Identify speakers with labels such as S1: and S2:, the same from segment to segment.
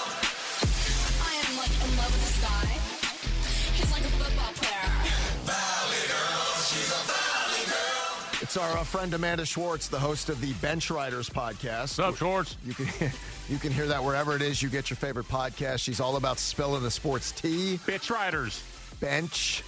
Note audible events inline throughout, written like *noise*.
S1: I am like in love with this guy. He's like a football player.
S2: It's our uh, friend Amanda Schwartz, the host of the Bench Riders podcast.
S3: What's up, Schwartz?
S2: You can you can hear that wherever it is you get your favorite podcast. She's all about spilling the sports tea.
S3: Bitch Riders.
S4: *laughs*
S2: Bench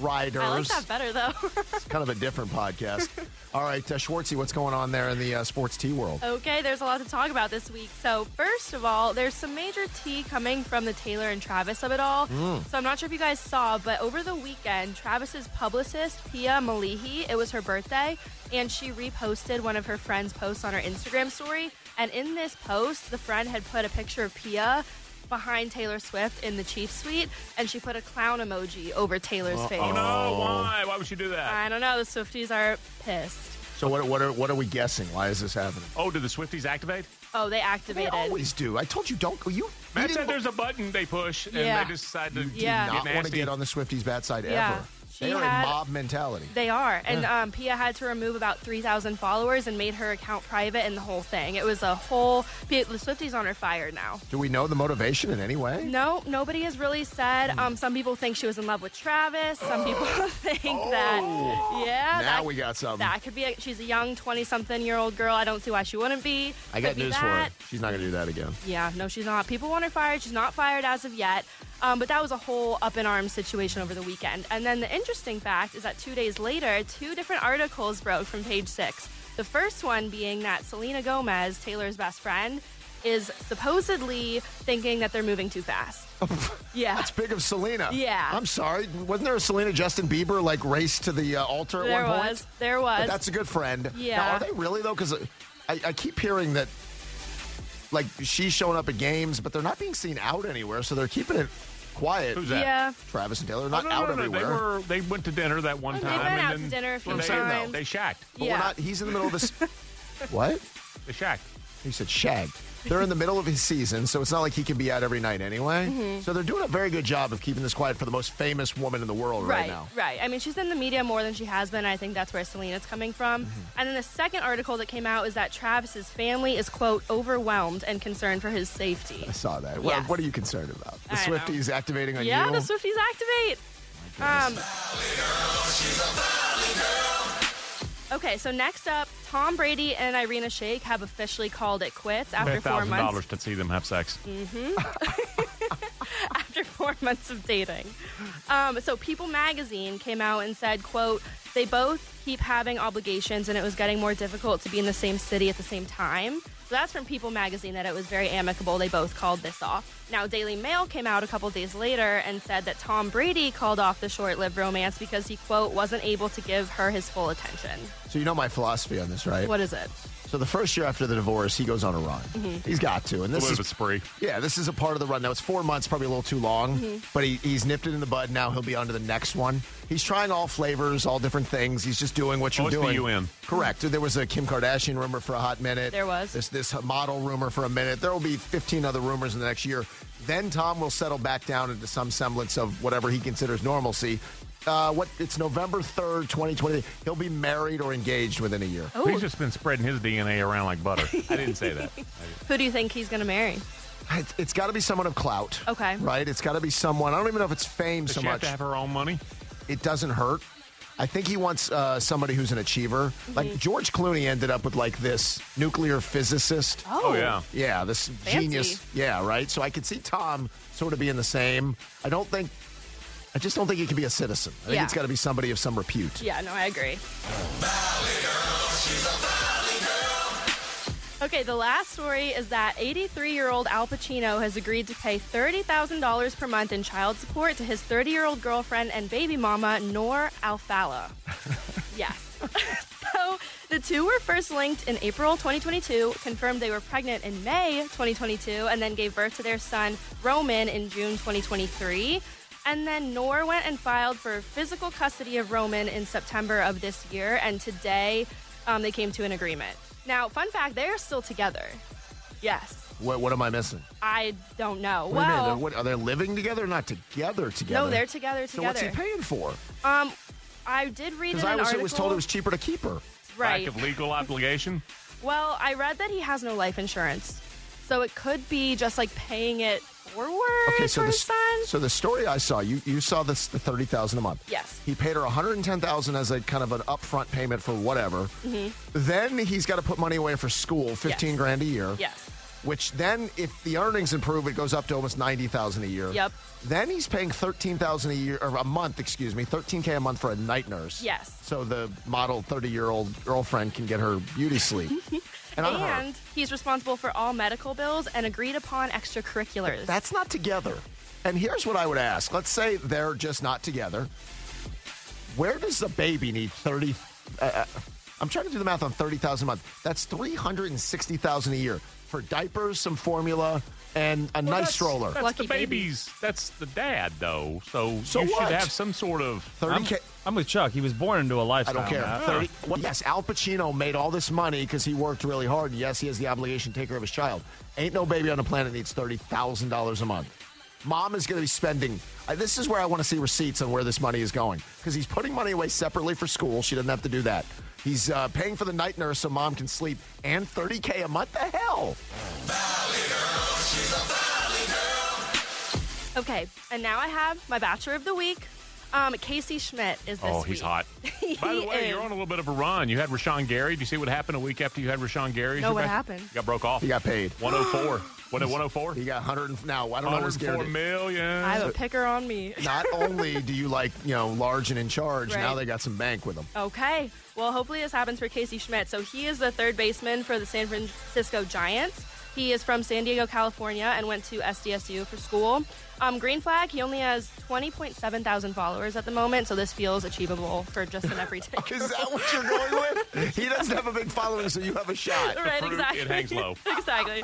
S2: Riders.
S4: I like that better though. *laughs*
S2: It's kind of a different podcast. all right, uh, Schwartzy, what's going on there in the uh, sports tea world?
S4: okay, there's a lot to talk about this week. So first of all, there's some major tea coming from the Taylor and Travis of it all. So I'm not sure if you guys saw, but over the weekend, Travis's publicist Pia Malihi, it was her birthday, and she reposted one of her friend's posts on her Instagram story. And in this post, the friend had put a picture of Pia behind Taylor Swift in the Chiefs suite, and she put a clown emoji over Taylor's face.
S3: Oh, no, why? Why would you do that?
S4: I don't know. The Swifties are pissed.
S2: So what what are what are we guessing? Why is this happening?
S3: Oh, did the Swifties activate?
S4: Oh, they
S2: They
S4: activated.
S2: always do. I told you don't. You, you
S3: Matt
S2: didn't
S3: said there's a button they push, and
S4: Yeah.
S3: they just decided to
S4: Yeah.
S2: *laughs* not
S3: get
S2: want
S3: nasty.
S2: to get on the Swifties' bad side
S4: Yeah.
S2: ever.
S4: She
S2: they are
S4: had-
S2: in mob mentality.
S4: They are. And um, Pia had to remove about 3,000 followers and made her account private and the whole thing. It was a whole. Pia, the Swifties on her fire now.
S2: Do we know the motivation in any way?
S4: No, nobody has really said. Um, some people think she was in love with Travis. Some people *laughs* think that. Yeah.
S2: Oh, Now
S4: that,
S2: we got something.
S4: That could be. A, she's a young 20 something year old girl. I don't see why she wouldn't be.
S2: I got
S4: Could be
S2: news for her.
S4: that.
S2: She's not going to do that again.
S4: Yeah, no, she's not. People want her fired. She's not fired as of yet. Um, but that was a whole up in arms situation over the weekend. And then the interesting fact is that two days later, two different articles broke from page six. The first one being that Selena Gomez, Taylor's best friend, is supposedly thinking that they're moving
S2: *laughs*
S4: too fast. yeah.
S2: That's big of Selena.
S4: Yeah.
S2: I'm sorry. Wasn't there a Selena Justin Bieber like race to the uh, altar at
S4: there
S2: one point?
S4: was. There
S2: But
S4: was.
S2: that's a good friend.
S4: Yeah.
S2: Now, are they really though? Because I, I keep hearing that like she's showing up at games, but they're not being seen out anywhere, so they're keeping it quiet.
S3: Who's that?
S4: yeah.
S2: Travis and Taylor are
S3: Oh,
S2: not
S3: no,
S2: out
S3: no, no,
S2: everywhere.
S3: They were. They went to dinner that one
S4: They
S3: time.
S4: went
S3: and
S4: out to
S3: then-
S4: dinner a few
S3: they-
S4: times.
S3: They shacked.
S2: but
S4: yeah.
S2: we're not. He's in the middle of
S4: *laughs*
S2: this. what?
S3: They shacked.
S2: He said shagged. They're in the middle of his season, so it's not like he can be out every night anyway.
S4: Mm-hmm.
S2: So they're doing a very good job of keeping this quiet for the most famous woman in the world right,
S4: Right,
S2: now.
S4: right. I mean, she's in the media more than she has been. and I think that's where Selena's coming from.
S2: Mm-hmm.
S4: And then the second article that came out is that Travis's family is quote overwhelmed and concerned for his safety.
S2: I saw that. What,
S4: Yes.
S2: what are you concerned about? The
S4: I know.
S2: Swifties activating on
S4: Yeah,
S2: you?
S4: the Swifties activate. Um, okay, so next up, Tom Brady and Irina Shayk have officially called it quits after four
S3: thousand dollars
S4: months
S3: to see them have sex.
S4: after *laughs* four months of dating. Um, so People Magazine came out and said, "quote They both keep having obligations, and it was getting more difficult to be in the same city at the same time." So that's from People Magazine that it was very amicable. They both called this off. Now Daily Mail came out a couple days later and said that Tom Brady called off the short-lived romance because he quote wasn't able to give her his full attention.
S2: So you know my philosophy on this, right?
S4: What is it?
S2: So the first year after the divorce, he goes on a run.
S4: Mm-hmm.
S2: He's got to, and
S3: A
S2: this
S3: little
S2: is
S3: bit spree.
S2: yeah, this is a part of the run. Now it's four months, probably a little too long,
S4: Mm-hmm.
S2: but he, he's nipped it in the bud. Now he'll be on to the next one. He's trying all flavors, all different things. He's just doing what you're
S3: Oh, it's the
S2: doing.
S3: UN.
S2: Correct. There was a Kim Kardashian rumor for a hot minute.
S4: There was.
S2: this this model rumor for a minute. There will be 15 other rumors in the next year. Then Tom will settle back down into some semblance of whatever he considers normalcy. Uh, what it's November 3rd, 2020. He'll be married or engaged within a year.
S3: He's just been spreading his DNA around like butter. I didn't say that.
S4: Who do you think he's going to marry?
S2: It's, it's got to be someone of clout.
S4: Okay.
S2: Right? It's got to be someone. I don't even know if it's fame
S3: Does
S2: so
S3: she have
S2: much.
S3: to have her own money?
S2: It doesn't hurt. I think he wants uh, somebody who's an achiever.
S4: Mm-hmm.
S2: Like George Clooney ended up with like this nuclear physicist.
S3: Oh, yeah.
S2: Yeah, this genius. Yeah, right? So I could see Tom sort of being the same. I don't think, I just don't think he can be a citizen. I think
S4: Yeah.
S2: it's got to be somebody of some repute.
S4: Yeah, no, I agree. Okay, the last story is that 83 year old Al Pacino has agreed to pay $30,000 per month in child support to his 30 year old girlfriend and baby mama, Nor Alfala. yes. so The two were first linked in April 2022, confirmed they were pregnant in May 2022, and then gave birth to their son Roman in June 2023. And then Nor went and filed for physical custody of Roman in September of this year, and today um, they came to an agreement. Now, fun fact, they are still together. Yes,
S2: What, what am I missing?
S4: I don't know.
S2: What do you mean?
S4: well,
S2: They're- what- are they living together? Not together, together.
S4: no, they're together.
S2: So what's he
S4: Together.
S2: paying for?
S4: um, I did read in
S2: Because
S4: an
S2: I was,
S4: article.
S2: was told it was cheaper to keep her.
S4: right.
S3: Lack of legal obligation.
S4: Well, I read that he has no life insurance. So it could be just like paying it forward for
S2: the,
S4: his son.
S2: so the story I saw, you, you saw this the thirty thousand a month.
S4: Yes.
S2: He paid her one hundred and ten thousand as a kind of an upfront payment for whatever. Then he's got to put money away for school, fifteen
S4: Mm-hmm. Yes.
S2: grand a year.
S4: Yes.
S2: Which then, if the earnings improve, it goes up to almost ninety thousand a year.
S4: Yep.
S2: Then he's paying thirteen thousand a year or a month, excuse me, thirteen k a month for a night nurse.
S4: Yes.
S2: So the model thirty-year-old girlfriend can get her beauty
S4: *laughs*
S2: sleep. and I'm her.
S4: And he's responsible for all medical bills and agreed upon extracurriculars.
S2: That's not together. And here's what I would ask. Let's say they're just not together. Where does the baby need 30 uh, uh, I'm trying to do the math on 30,000 a month. That's 360,000 a year for diapers, some formula, and a nice
S3: that's-
S2: stroller.
S3: That's
S4: Lucky
S3: the
S4: baby.
S3: baby's. That's the dad, though. So,
S2: So
S3: you
S2: what?
S3: should have some sort of.
S2: 30k
S5: I'm with Chuck. He was born into a
S2: I
S5: lifestyle.
S2: don't care.
S5: man.
S2: 30 well, yes, Al Pacino made all this money cuz he worked really hard. Yes, he has the obligation to take care of his child. Ain't no baby on the planet needs $30,000 a month. Mom is going to be spending. I, this is where I want to see receipts on where this money is going because he's putting money away separately for school. She doesn't have to do that. He's uh, paying for the night nurse so mom can sleep and 30K a month. The hell?
S4: okay, and now I have my Bachelor of the Week. Um, Casey Schmidt is this
S3: Oh, he's
S4: week.
S3: hot. By the
S4: He
S3: way,
S4: is.
S3: you're on a little bit of a run. You had Rashawn Gary. Do you see what happened a week after you had Rashawn Gary?
S4: No,
S3: Your
S4: what
S3: back-
S4: happened?
S3: You got broke off.
S2: He
S3: *gasps*
S2: got paid.
S3: 104. What, 104?
S2: He got 100. and- Now, I don't know what's
S3: 104
S2: guaranteed.
S3: million.
S4: I have a picker on me.
S2: Not only do you like, you know, large and in charge, now
S4: Right.
S2: they got some bank with them.
S4: Okay. Well, hopefully this happens for Casey Schmidt. So he is the third baseman for the San Francisco Giants. He is from San Diego, California, and went to SDSU for school. Um, green flag. He only has twenty point seven thousand followers at the moment, so this feels achievable for just an
S3: *laughs*
S4: *laughs* everyday.
S2: Is that what you're going with? He doesn't have a big following, so you have a shot.
S4: right,
S3: fruit,
S4: exactly.
S3: it hangs low.
S4: *laughs* exactly.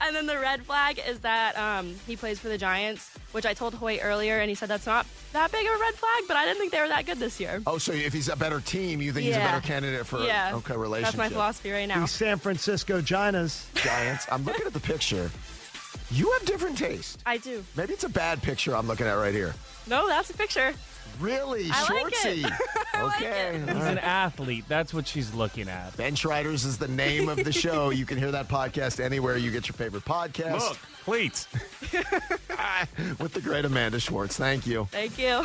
S4: and then the red flag is that um, he plays for the Giants, which I told Hoyt earlier, and he said that's not that big of a red flag, but I didn't think they were that good this year.
S2: Oh, so if he's a better team, you think he's a
S4: Yeah.
S2: better candidate for
S4: yeah.
S2: okay relationship?
S4: That's my philosophy right now.
S6: These San Francisco Giants.
S2: Giants. I'm looking at the picture. You have different taste.
S4: I do.
S2: Maybe it's a bad picture I'm looking at right here.
S4: No, that's a picture.
S2: Really,
S4: I like
S2: Shortsy.
S4: it. *laughs*
S2: okay.
S5: He's
S2: all right.
S5: an athlete. That's what she's looking at.
S2: Ben Schriders is the name of the show. You can hear that podcast anywhere you get your favorite podcast
S3: Look, cleats.
S2: with the great Amanda Schwartz. Thank you.
S4: Thank you.